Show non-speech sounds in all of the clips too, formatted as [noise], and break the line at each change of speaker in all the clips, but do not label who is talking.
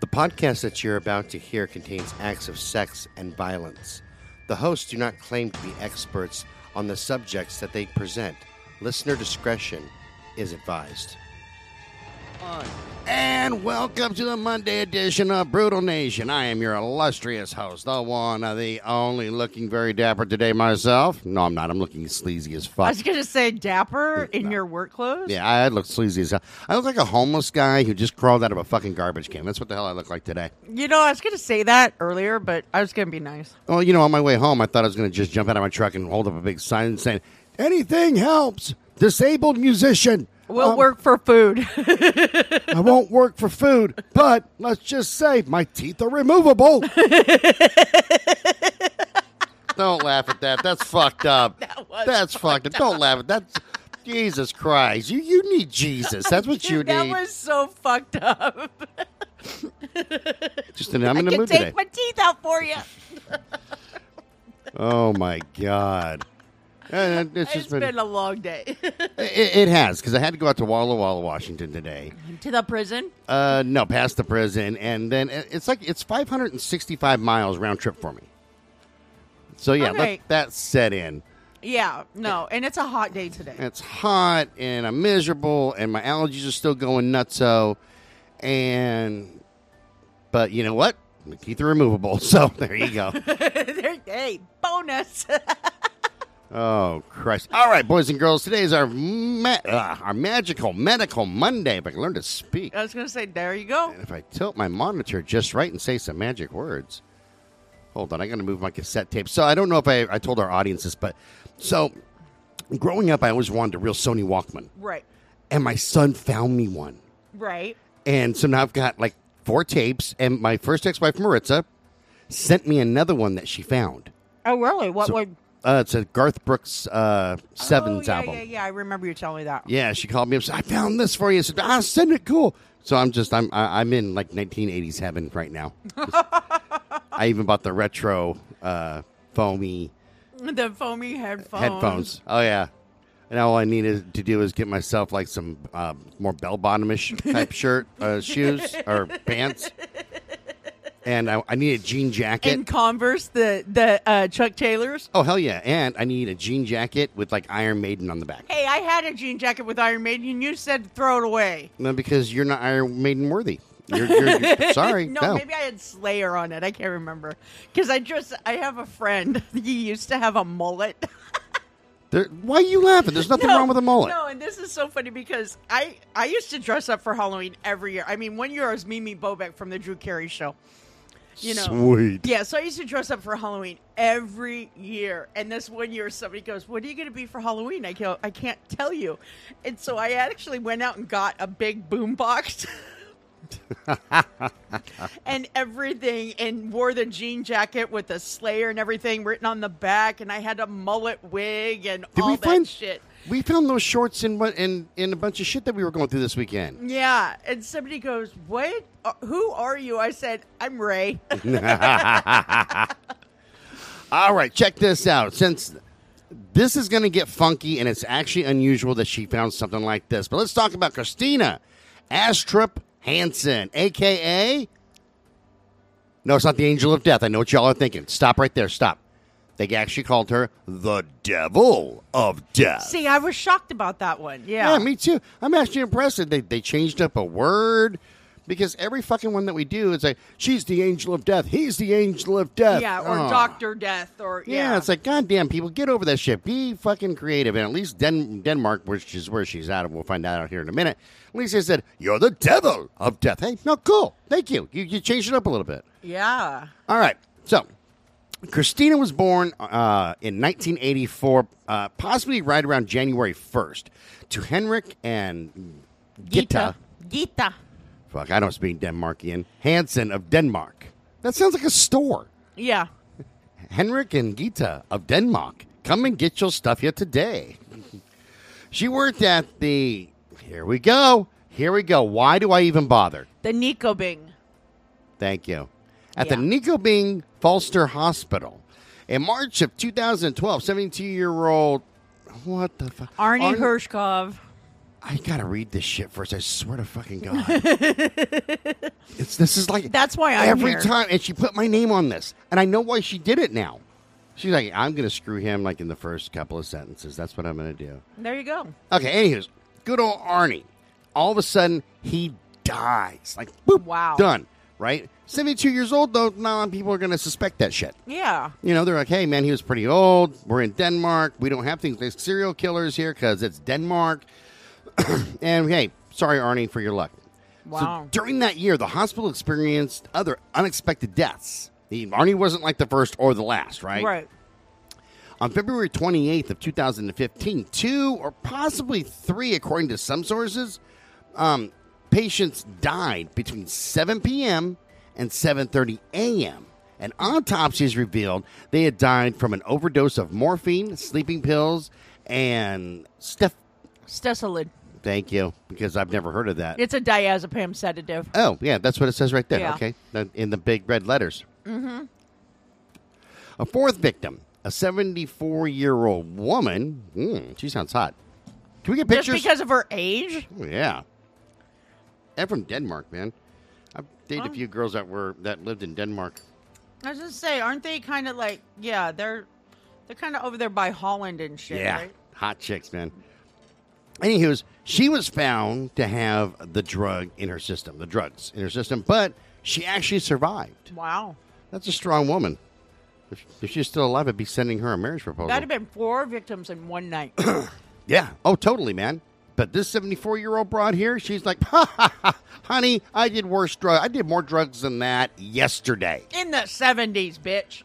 The podcast that you're about to hear contains acts of sex and violence. The hosts do not claim to be experts on the subjects that they present. Listener discretion is advised. And welcome to the Monday edition of Brutal Nation. I am your illustrious host, the one, uh, the only, looking very dapper today myself. No, I'm not. I'm looking sleazy as fuck.
I was gonna say dapper in your work clothes.
Yeah, I look sleazy as hell. I look like a homeless guy who just crawled out of a fucking garbage can. That's what the hell I look like today.
You know, I was gonna say that earlier, but I was gonna be nice.
Well, Oh, you know, on my way home, I thought I was going to just jump out of my truck and hold up a big sign saying, "Anything helps, disabled musician."
We'll
Um,
work for
[laughs]
food.
I won't work for
[laughs]
food, but let's just say my teeth are removable. Don't laugh at that. That's fucked
[laughs]
up.
was
That's fucked up. Don't laugh at that. Jesus Christ. You you need Jesus. That's what you
Dude, [laughs] that
need.
was so
[laughs]
fucked up.
just in, I'm
I
in the
can
mood
take
today.
my teeth out for you.
Oh my god. And it's
It's
just
been,
been,
a long day. [laughs]
it, it has because I had to go out to Walla Walla, Washington today.
to the prison.
Uh, no, past the prison, and then it- it's like it's 565 miles round trip for me. So yeah,
Alright.
let that set in.
Yeah, no, and it's a hot day today.
It's hot and I'm miserable, and my allergies are still going nutso. And but you know what? My teeth are removable, [laughs] so there you go.
[laughs] There- hey, bonus. [laughs]
Oh Christ! All right, boys and girls, today is our ma- uh, our magical medical Monday. If I can learn to speak,
I was gonna say, there you go.
and if I tilt my monitor just right and say some magic words, hold on, I got to move my cassette tape. So I don't know if I, I told our audience this, but so growing up, I always wanted a real Sony Walkman,
Right,
and my son found me one,
right.
and so now I've got like four tapes. And my first ex-wife Maritza sent me another one that she found.
Oh, really? What
So-
would?
Uh, it's a Garth Brooks uh, Sevens
oh, yeah,
album.
Yeah, yeah, I remember you telling me that.
Yeah, she called me up. Said, I found this for you. I said, ah, send it. Cool. So I'm just I'm I- I'm in like 1980s heaven right
[laughs]
now. Just- I even bought the retro uh, foamy
The foamy headphones.
headphones. Oh yeah. And all I needed to do is get myself like some uh, more bell bottomish
[laughs]
type shirt, uh, shoes or pants. And I, I need a jean jacket.
And Converse, the the uh, Chuck Taylors.
oh hell yeah! And I need a jean jacket with like Iron Maiden on the back.
Hey, I had a jean jacket with Iron Maiden, and you said throw it away.
No, because you're not Iron Maiden worthy. You're, you're,
[laughs]
you're- sorry.
no,
no,
maybe I had Slayer on it. I can't remember because I just I have a friend. [laughs] He used to have a mullet.
There, why are you laughing? There's nothing
No,
wrong with a mullet.
No, and this is so funny because I I used to dress up for Halloween every year. I mean, one year I was Mimi Bobek from the Drew Carey Show. You know,
Sweet.
Yeah, so I used to dress up for Halloween every year. And this one year, somebody goes, "What are you going to be for Halloween?" I go, "I can't tell you." And so I actually went out and got a big
[laughs]
boom box. and everything, and wore the jean jacket with the Slayer and everything written on the back, and I had a mullet wig and
Did
all
we
that
find
shit.
We found those shorts in what in in a bunch of shit that we were going through this weekend.
Yeah, and somebody goes, "What? Uh, who are you?" I said, "I'm Ray."
All right, check this out. Since this is going to get funky, and it's actually unusual that she found something like this. But let's talk about Christina Astrup Hansen, aka. No, it's not the angel of death. I know what y'all are thinking. Stop right there. Stop. They actually called her the devil of death.
[laughs] See, I was shocked about that one.
Yeah, me too. I'm actually impressed that they, they changed up a word because every fucking one that we do is like, she's the angel of death. He's the angel of death.
Yeah, or
Oh.
Doctor Death, or
Yeah,
yeah,
it's like, goddamn, people, get over that shit. Be fucking creative. And at least Den- Denmark, which is where she's at, and we'll find out here in a minute, at least they said, you're the devil of death. Hey, no, cool. Thank you. You, you changed it up a little bit.
yeah.
All right. So, Christina was born uh, in 1984, uh, possibly right around January 1st, to Henrik and Gita.
Gita.
Fuck, I don't speak Denmarkian. Hansen of Denmark. That sounds like a store.
Yeah,
Henrik and Gita of Denmark. Come and get your stuff here today. She worked at the. Here we go. Here we go. Why do I even bother?
the Nikobing.
Thank you. At the
Yeah.
Nicobing Falster Hospital. In March of 2012, 72 year old. What the fuck?
Arnie Hershkov. [laughs]
I gotta read this shit first. I swear to fucking God. It's, this is like
That's why I'm
every
here.
time, and she put my name on this, and I know why she did it now. She's like, I'm gonna screw him like in the first couple of sentences. That's what I'm gonna do.
There you go.
Okay, anywho's good old Arnie. All of a sudden, he dies. Like, boop,
Wow.
done. Right, seventy-two years old though. Now people are gonna suspect that shit.
Yeah.
You know, they're like, hey, man, he was pretty old. We're in Denmark. We don't have things like serial killers here because it's Denmark. [clears throat] and hey, sorry, Arnie, for your luck.
Wow.
So during that year, the hospital experienced other unexpected deaths. The, Arnie wasn't like the first or the last, right?
Right.
On February 28th of 2015, two or possibly three, according to some sources, um, patients died between 7 p.m. and 7:30 a.m. And autopsies revealed they had died from an overdose of morphine, sleeping pills, and stuff.
Stesolid.
Thank you, because I've never heard of that.
It's a diazepam sedative.
Oh, yeah, that's what it says right there.
Yeah.
Okay, Uh, in the big red letters. Mm-hmm. A fourth victim, a 74 year old woman. Mm, she sounds hot. Can we get
Just
pictures?
because of her age?
Oh, yeah. I'm from Denmark, man. I've dated a few girls that were that lived in Denmark.
I was gonna say, aren't they kind of like, yeah, they're they're kind of over there by Holland and shit,
Yeah,
right?
hot chicks, man. Anywho's, she was found to have the drug in her system, the drugs in her system, but she actually survived.
Wow,
That's a strong woman. If, if she's still alive, I'd be sending her a marriage proposal.
that'd have been four victims in one [coughs] night.
yeah. Oh, totally, man. But this 74 year old broad here, she's like, [laughs] ha, ha, ha, honey, I did worse drugs. I did more drugs than that yesterday.
in the seventies, bitch.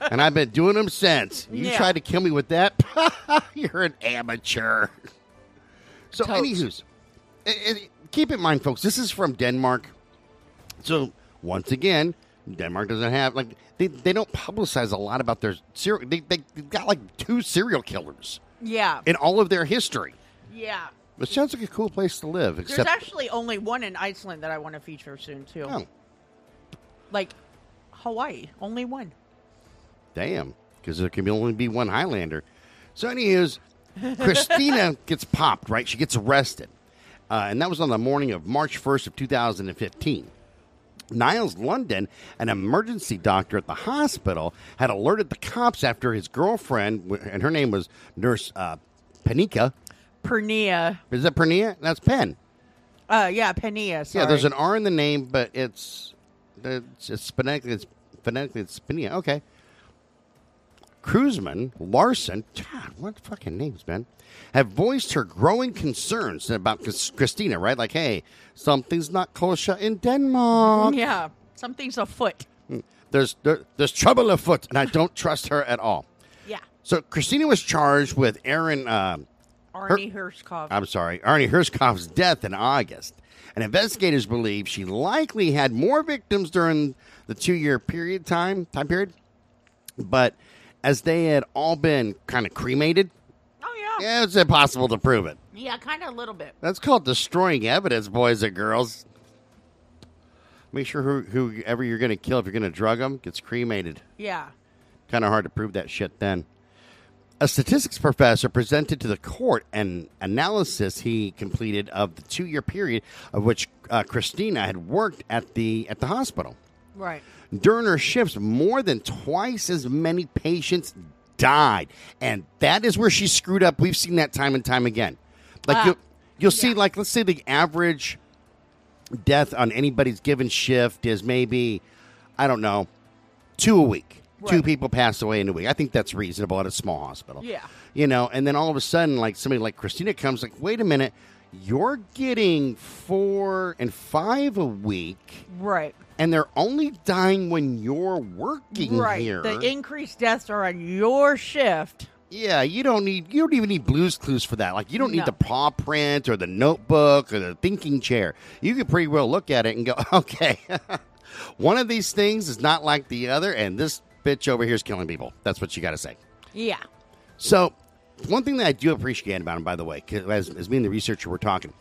[laughs]
and I've been doing them since. You
Yeah.
tried to kill me with that? [laughs] You're an amateur. So,
Totes.
anywho's, i- i- keep in mind, folks, this is from Denmark. So, once again, Denmark doesn't have, like, they, they don't publicize a lot about their serial. They, they, they've got, like, two serial killers
yeah,
in all of their history.
yeah.
It sounds like a cool place to live,
There's
except.
actually only one in Iceland that I want to feature soon too.
Oh,
Like Hawaii, only one.
damn. Because there can only be one Highlander. So, anyways, Christina gets popped, right? She gets arrested. Uh, and that was on the morning of March 1st of 2015. Niles London, an emergency doctor at the hospital, had alerted the cops after his girlfriend, wh- and her name was Nurse uh, Panika.
Pernia,
Is that Pernia? That's Penn.
uh, yeah, Pania. Sorry.
Yeah, there's an R in the name, but it's it's, it's phonetically it's phonetically it's Spinia. Okay. Cruzman, Larson, God, what fucking names, man, have voiced her growing concerns about Chris- Christina, right? Like, hey, something's not kosher in Denmark.
yeah. Something's afoot.
There's there, there's trouble afoot, and I don't trust her at all.
Yeah,
So Christina was charged with Aaron. Uh,
Arnie Hershkov.
I'm sorry, Arnie Hirschkoff's death in August. And investigators believe she likely had more victims during the two-year period time time period, but as they had all been kind of cremated,
oh yeah,
yeah, it's impossible to prove it.
yeah, kind of a little bit.
That's called destroying evidence, boys and girls. Make sure who, whoever you're going to kill, if you're going to drug them, gets cremated.
Yeah.
Kind of hard to prove that shit then. A statistics professor presented to the court an analysis he completed of the two-year period of which uh, Christina had worked at the at the hospital.
Right.
During her shifts, more than twice as many patients died, and that is where she screwed up. We've seen that time and time again. Like
Ah,
you'll you'll see, like let's say the average death on anybody's given shift is maybe, I don't know, two a week. Two
Right.
people pass away in a week. I think that's reasonable at a small hospital.
Yeah.
You know, and then all of a sudden, like somebody like Christina comes, like, wait a minute, you're getting four and five a week
Right.
and they're only dying when you're working
right.
here.
The increased deaths are on your shift.
yeah, you don't need you don't even need Blue's Clues for that. Like you don't need
No.
the paw print or the notebook or the thinking chair. You can pretty well look at it and go, [laughs] okay, one of these things is not like the other, and this bitch over here is killing people. That's what you got to say.
Yeah.
So, one thing that I do appreciate about him, by the way, 'cause as, as me and the researcher were talking,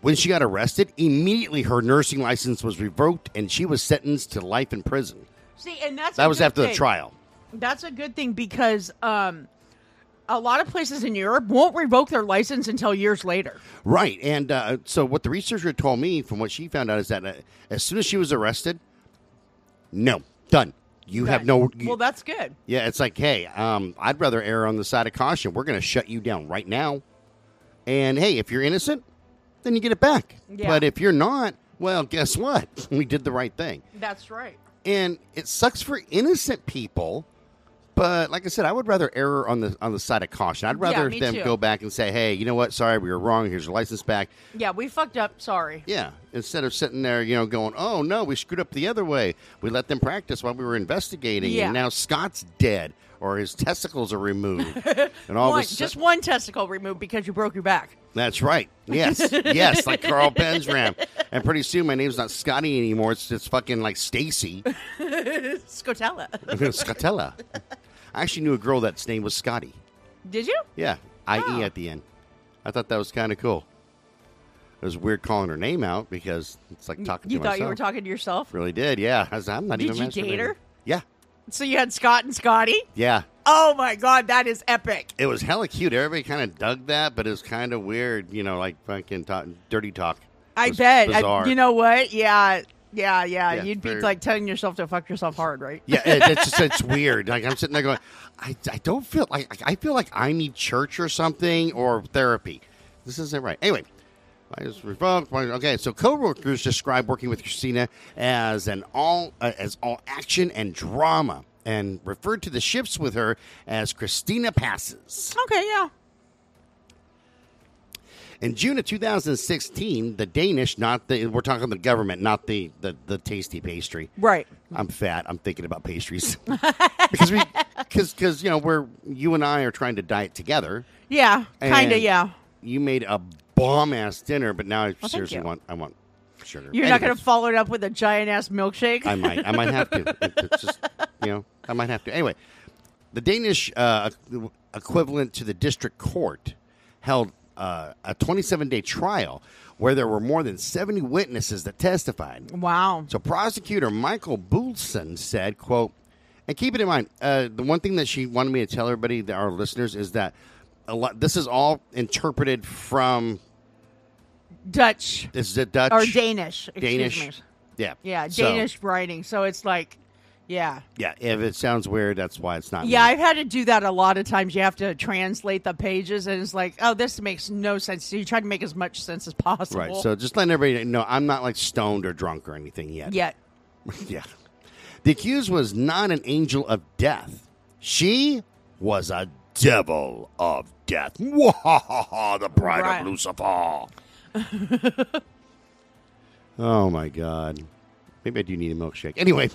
when she got arrested, immediately her nursing license was revoked and she was sentenced to life in prison.
See, and that's
That
a
was
good
after the
thing.
trial.
That's a good thing because um, a lot of places in Europe won't revoke their license until years later.
Right. And uh, so, what the researcher told me from what she found out is that uh, as soon as she was arrested, no, done. You have
Good.
no. you-
well, that's good.
yeah, it's like, hey, um, I'd rather err on the side of caution. We're going to shut you down right now. And hey, if you're innocent, then you get it back.
Yeah.
But if you're not, well, guess what? [laughs] we did the right thing.
That's right.
and it sucks for innocent people. But like I said, I would rather err on the on the side of caution. I'd
Yeah,
rather
me
them
too.
go back and say, "Hey, you know what? Sorry, we were wrong. Here's your license back."
Yeah, we fucked up. Sorry.
Yeah, instead of sitting there, you know, going, "Oh no, we screwed up the other way. We let them practice while we were investigating,
Yeah.
and now Scott's dead or his testicles are
[laughs]
removed." and all
One,
this
just one testicle removed because you broke your back. [laughs]
That's right. Yes. yes, like Carl Benzram. And pretty soon my name's not Scotty anymore. It's just fucking like Stacy.
Scotella.
Scotella. I actually knew a girl that's name was Scotty.
Did you?
Yeah, IE
Oh.
at the end. I thought that was kind of cool. It was weird calling her name out because it's like talking
you
to
thought
myself.
you were talking to yourself?
Really did, yeah. [laughs] I was, I'm not
Did
even.
you date
masturbating.
her?
Yeah,
So you had Scott and Scotty?
yeah.
Oh my God, that is epic.
It was hella cute. Everybody kind of dug that, but it was kind of weird, you know, like fucking talk, dirty talk. It
I
was
bet. I-
Bizarre.
you know what? Yeah, yeah, yeah.
Yeah,
You'd be
very-
like telling yourself to fuck yourself hard, right?
[laughs] Yeah, it, it's just it's weird. Like I'm sitting there going, I, I don't feel like I feel like I need church or something or therapy. This isn't right. Anyway, I just revoked. my- Okay, so coworkers describe working with Christina as an all uh, as all action and drama, and referred to the shifts with her as Christina passes.
Okay, yeah.
In June of 2016, the Danish, not the we're talking the government, not the the, the tasty pastry.
Right.
I'm fat. I'm thinking about pastries [laughs] because we, because because you know we're you and I are trying to diet together.
Yeah, kind of,
and
yeah.
You made a bomb ass dinner, but now I
thank
seriously
you.
want I want sugar.
You're not going to
Anyways,
follow it up with a giant ass milkshake?
I might. I might have to. It- It's just you know. I might have to. Anyway, the Danish uh, equivalent to the district court held uh, a 27 day trial where there were more than 70 witnesses that testified.
wow.
So prosecutor Michael Boulson said, quote, and keep it in mind, uh, the one thing that she wanted me to tell everybody, that our listeners, is that a lot, this is all interpreted from,
Dutch
this is the Dutch.
or Danish. excuse
Danish.
me.
Yeah.
Yeah,
So,
Danish writing. So it's like, yeah.
yeah. If it sounds weird, that's why it's not.
Yeah,
me.
I've had to do that a lot of times. You have to translate the pages, and it's like, oh, this makes no sense. So you try to make as much sense as possible.
Right. So just letting everybody know I'm not like stoned or drunk or anything yet.
yet,
yeah. The accused was not an angel of death. She was a devil of death. the bride
Right.
of Lucifer. oh my God. Maybe I do need a milkshake. Anyway.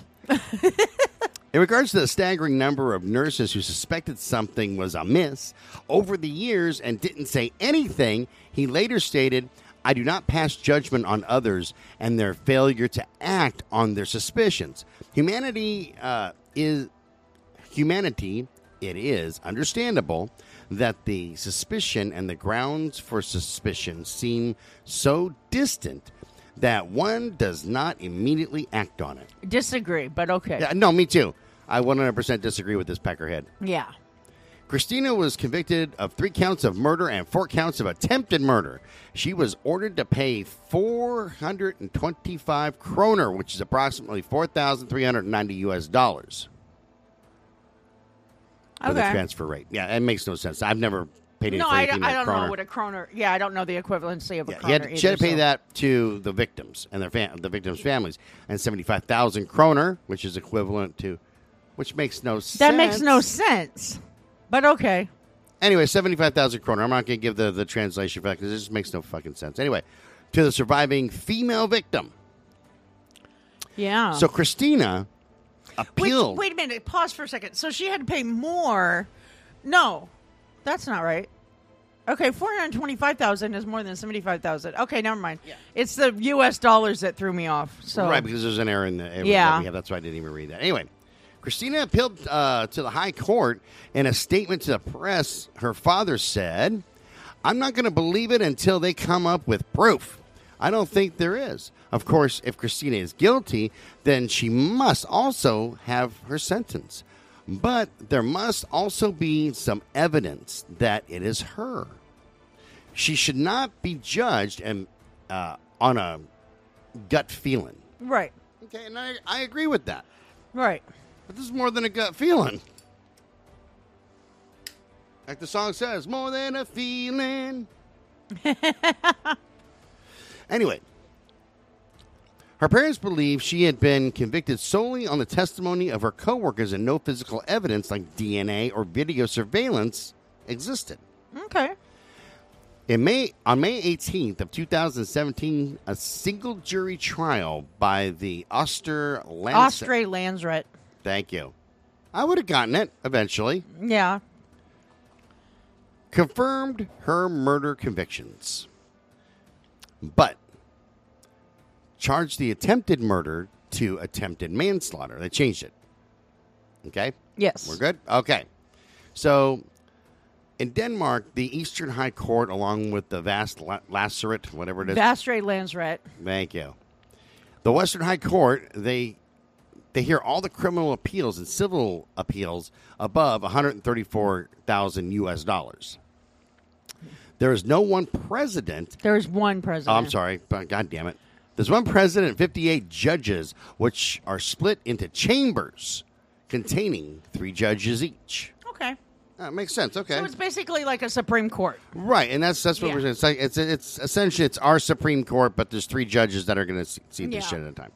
In regards to the staggering number of nurses who suspected something was amiss over the years and didn't say anything, he later stated, I do not pass judgment on others and their failure to act on their suspicions. Humanity uh, is humanity, it is understandable that the suspicion and the grounds for suspicion seem so distant that one does not immediately act on it.
disagree, but okay.
Yeah, no, me too. I 100% disagree with this peckerhead.
yeah.
Christina was convicted of three counts of murder and four counts of attempted murder. She was ordered to pay 425 kroner, which is approximately 4,390 US dollars for the
Okay.
transfer rate. Yeah, it makes no sense. I've never paid anything
No, I, I
anything
don't
like kroner.
know what a kroner. Yeah, I don't know the equivalency of a
Yeah,
kroner.
you had to, she had to
either,
pay
so-
that to the victims and their fam- the victims' families, and seventy-five thousand kroner, which is equivalent to, which makes no sense.
That makes no sense. But okay.
Anyway, 75,000 kroner. I'm not going to give the, the translation for that because it just makes no fucking sense. Anyway, to the surviving female victim.
Yeah.
So Christina
Wait-
appealed.
wait a minute. Pause for a second. So she had to pay more. No, that's not right. Okay, four hundred twenty-five thousand is more than seventy-five thousand. Okay, never mind. It's the U.S. dollars that threw me off. So
Right, because there's an error in the error
Yeah.
we have. That's why I didn't even read that. Anyway, Christina appealed uh, to the high court in a statement to the press. Her father said, "I'm not going to believe it until they come up with proof. I don't think there is. Of course, if Christina is guilty, then she must also have her sentence." But there must also be some evidence that it is her. She should not be judged and uh, on a gut feeling.
Right.
Okay, and I, I agree with that.
Right.
But this is more than a gut feeling. Like the song says, more than a feeling. anyway, her parents believe she had been convicted solely on the testimony of her coworkers and no physical evidence like DNA or video surveillance existed.
Okay.
In May, on May 18th of 2017, a single jury trial by the Oster Lancet.
Ostray Lansret.
Thank you. I would have gotten it eventually.
Yeah.
Confirmed her murder convictions, but charged the attempted murder to attempted manslaughter. They changed it. Okay,
Yes.
we're good. Okay, so in Denmark, the Eastern High Court, along with the vast la- lacerate, whatever it is,
Astray Lansret.
Thank you. The Western High Court, they they hear all the criminal appeals and civil appeals above 134,000 US dollars. There is no one president.
There's one president.
Oh, I'm sorry, but god damn it. There's one president and 58 judges which are split into chambers containing 3 judges each.
Okay.
That makes sense. Okay.
So it's basically like a Supreme Court.
Right, and that's that's what
Yeah.
we're saying. It's, like, it's it's essentially it's our Supreme Court, but there's three judges that are going to see, see this
Yeah.
shit at a time.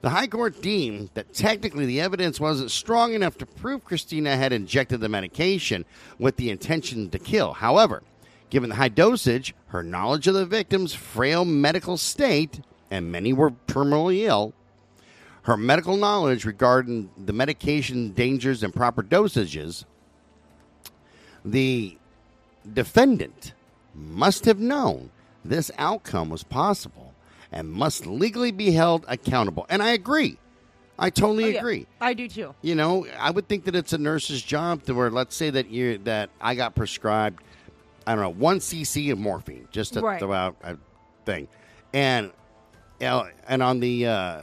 The High Court deemed that technically the evidence wasn't strong enough to prove Christina had injected the medication with the intention to kill. However, given the high dosage, her knowledge of the victim's frail medical state, and many were terminally ill, her medical knowledge regarding the medication dangers and proper dosages, the defendant must have known this outcome was possible and must legally be held accountable. And I agree. I totally
Oh, yeah.
agree.
I do too.
You know, I would think that it's a nurse's job to where let's say that you that I got prescribed I don't know, 1 cc of morphine just to
Right.
throw out a thing. And you know, and on the uh,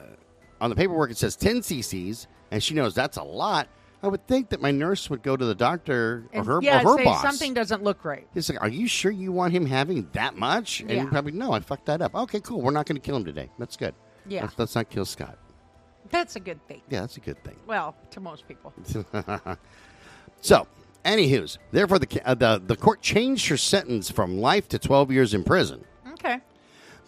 on the paperwork it says 10 cc's and she knows that's a lot. I would think that my nurse would go to the doctor or
And-
her
yeah,
or her
say
boss.
something doesn't look right.
He's like, "Are you sure you want him having that much?" And you
Yeah.
probably, "No, I fucked that up." Okay, cool. We're not going to kill him today. That's good.
Yeah.
Let's, let's not kill Scott.
That's a good thing.
Yeah, that's a good thing.
Well, to most
[laughs]
people.
So, anywho's, therefore, the ca- uh, the the court changed her sentence from life to twelve years in prison.
Okay.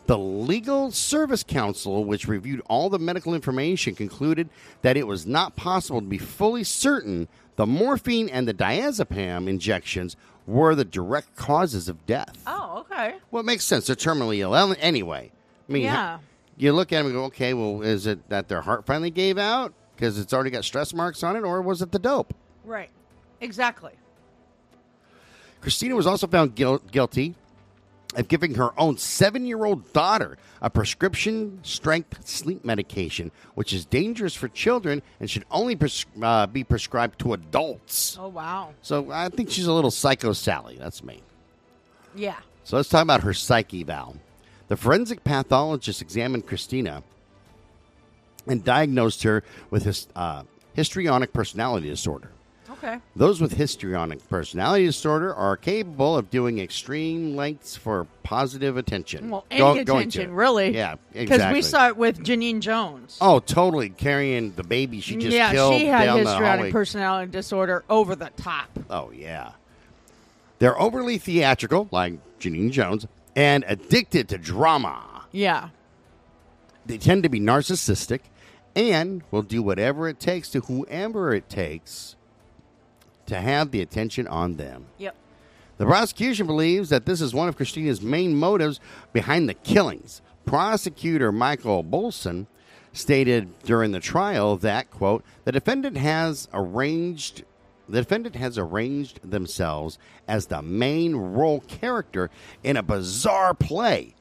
The Legal Service Council, which reviewed all the medical information, concluded that it was not possible to be fully certain the morphine and the diazepam injections were the direct causes of death.
Oh, okay.
Well, it makes sense. They're terminally ill an- anyway. I mean,
Yeah.
you look at them and go, okay, well, is it that their heart finally gave out because it's already got stress marks on it, or was it the dope?
Right. Exactly.
Christina was also found guil- guilty of giving her own seven year old daughter a prescription strength sleep medication, which is dangerous for children and should only pres- uh, be prescribed to adults.
Oh, wow.
So I think she's a little psycho Sally. That's me.
Yeah.
So let's talk about her psyche valve. The forensic pathologist examined Christina and diagnosed her with his, uh, histrionic personality disorder.
Okay.
Those with histrionic personality disorder are capable of doing extreme lengths for positive attention.
Well, any
Go- going to
attention,
it.
really.
Yeah,
Because
exactly.
we saw it with Janine Jones.
Oh, totally carrying the baby she just
yeah,
killed
she had
down the
histrionic
hallway.
personality disorder over the top.
Oh, yeah. They're overly theatrical, like Janine Jones, and addicted to drama.
Yeah.
They tend to be narcissistic and will do whatever it takes to whoever it takes to have the attention on them.
Yep.
The prosecution believes that this is one of Christina's main motives behind the killings. Prosecutor Michael Bolson stated during the trial that, quote, the defendant has arranged the defendant has arranged themselves as the main role character in a bizarre play,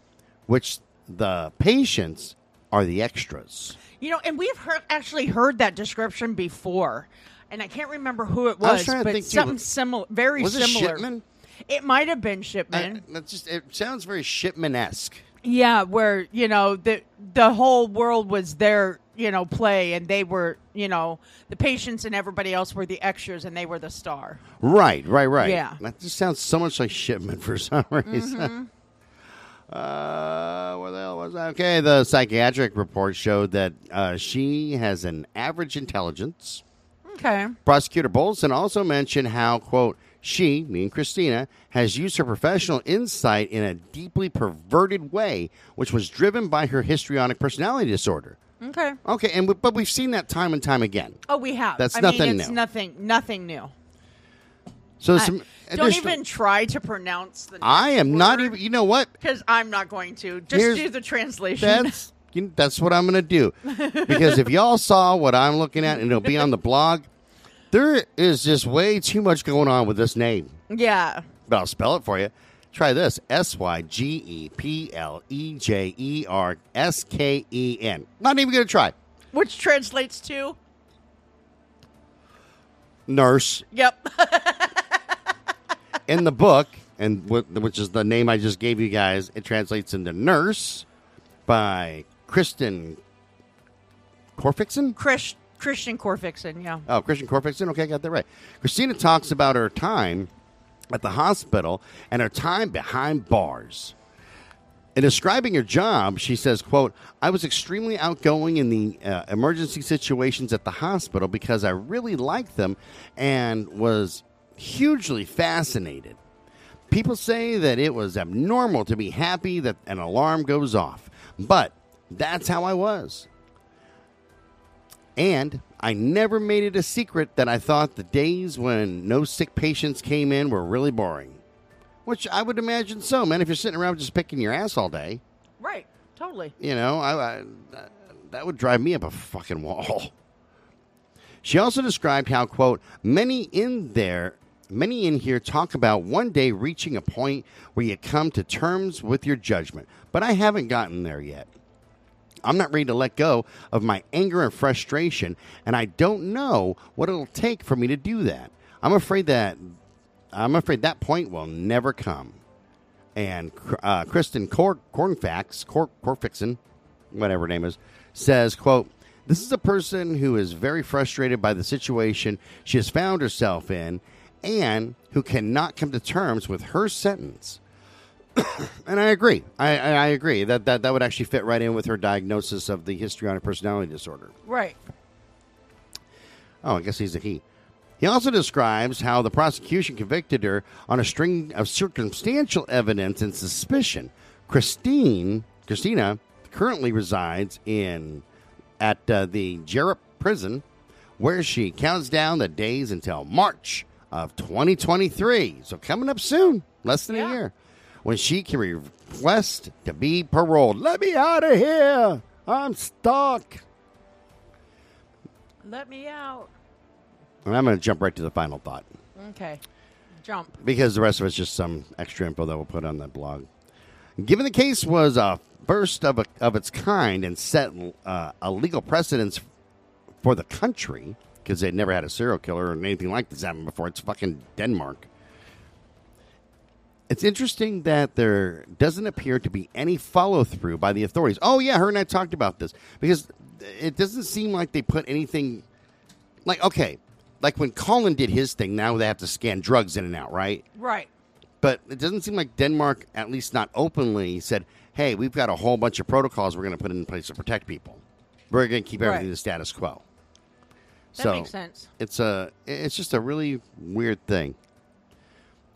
which the patients are the extras.
You know, and we've heard, actually heard that description before, and I can't remember who it was,
was trying to
but
think, too.
something similar, very
Was it
similar.
Shipman?
It might have been
Uh,
Shipman.
that's just it sounds very Shipman esque.
yeah, where you know the the whole world was their you know, play, and they were, you know, the patients and everybody else were the extras, and they were the star.
Right, right, right.
Yeah. Mm-hmm.
That just sounds so much like shipment for some [laughs] reason. Uh, where the hell was I? Okay, the psychiatric report showed that uh, she has an average intelligence.
Okay.
Prosecutor Bolson also mentioned how, quote, she, meaning Christina, has used her professional insight in a deeply perverted way, which was driven by her histrionic personality disorder.
Okay.
Okay, and we, but we've seen that time and time again.
Oh, we have.
That's
I
nothing
mean, it's
new.
nothing. Nothing new.
So
I-
some
don't
additional-
even try to pronounce the.
I am not even. You know what?
because I'm not going to. Just
Here's-
do the translation. [laughs]
That's you- that's what I'm going to do because if y'all saw what I'm looking at, and it'll be on the blog. There is just way too much going on with this name,
yeah.
but I'll spell it for you. Try this: S Y G E P L E J E R S K E N. Not even going to try.
Which translates to
Nurse
yep. [laughs]
in the book, and wh- which is the name I just gave you guys. It translates into nurse by Kristen Corfixen.
Chris, Christian Corfixen. Yeah.
Oh, Christian Corfixen. Okay, I got that right. Christina talks about her time at the hospital and her time behind bars. In describing her job, she says, "quote I was extremely outgoing in the uh, emergency situations at the hospital because I really liked them and was hugely fascinated. People say that it was abnormal to be happy that an alarm goes off, but that's how I was. And I never made it a secret that I thought the days when no sick patients came in were really boring. Which I would imagine so, man. If you're sitting around just picking your ass all day,
Right. Totally.
you know, I, I, that would drive me up a fucking wall. She also described how, quote, many in there, many in here talk about one day reaching a point where you come to terms with your judgment, but I haven't gotten there yet. I'm not ready to let go of my anger and frustration, and I don't know what it'll take for me to do that. I'm afraid that I'm afraid that point will never come. And uh, Kristen Cor- Cornfax, Cor- Corfixen, whatever her name is, says, "quote This is a person who is very frustrated by the situation she has found herself in, and who cannot come to terms with her sentence." [coughs] and I agree. I, I, I agree that, that that would actually fit right in with her diagnosis of the histrionic personality disorder.
Right.
Oh, I guess he's a he. He also describes how the prosecution convicted her on a string of circumstantial evidence and suspicion. Christine, Christina, currently resides in at uh, the Jarrett prison, where she counts down the days until March of 2023. So coming up soon, less than a
Yeah.
year, when she can request to be paroled. Let me out of here! I'm stuck.
Let me out.
And I'm going to jump right to the final thought.
Okay. Jump.
because the rest of it's just some extra info that we'll put on the blog. Given the case was a first of, a, of its kind and set uh, a legal precedence for the country, because they'd never had a serial killer or anything like this happen before, it's fucking Denmark. It's interesting that there doesn't appear to be any follow through by the authorities. Oh, yeah, her and I talked about this because it doesn't seem like they put anything like, okay, like when Colin did his thing, now they have to scan drugs in and out, right?
Right.
But it doesn't seem like Denmark, at least not openly, said, hey, we've got a whole bunch of protocols we're going to put in place to protect people. We're going to keep everything
Right.
the status quo.
That
so
makes sense.
it's a, it's just a really weird thing.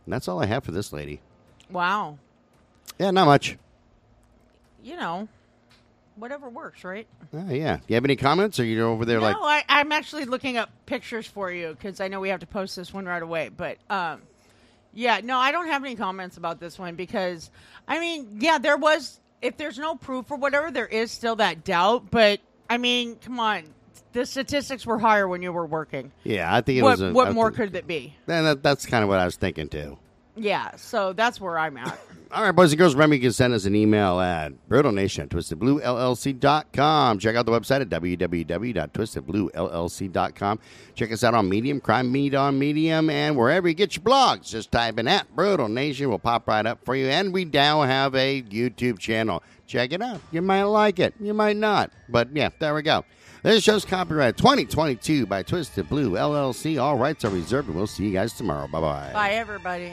And that's all I have for this lady.
Wow.
Yeah, not much.
You know, whatever works, right?
Oh, yeah. You have any comments? Or you're over there like,
no, I, I'm actually looking up pictures for you because I know we have to post this one right away. But um, yeah, no, I don't have any comments about this one because, I mean, yeah, there was, if there's no proof or whatever, there is still that doubt. But I mean, come on, the statistics were higher when you were working.
yeah, I think it
What,
was a.
what
I
more
think-
could it be?
Yeah, that, that's kind of what I was thinking too. [laughs]
Yeah, so that's where I'm at.
All right, boys and girls, remember you can send us an email at brutalnation at twistedbluellc.com. Check out the website at www.twistedbluellc.com. Check us out on Medium, Crime Meat on Medium, and wherever you get your blogs. Just type in at Brutal Nation. We'll pop right up for you. And we now have a YouTube channel. Check it out. You might like it. You might not. But yeah, there we go. This show's copyright 2022 by Twisted Blue LLC. All rights are reserved, and we'll see you guys tomorrow. Bye-bye.
Bye, everybody.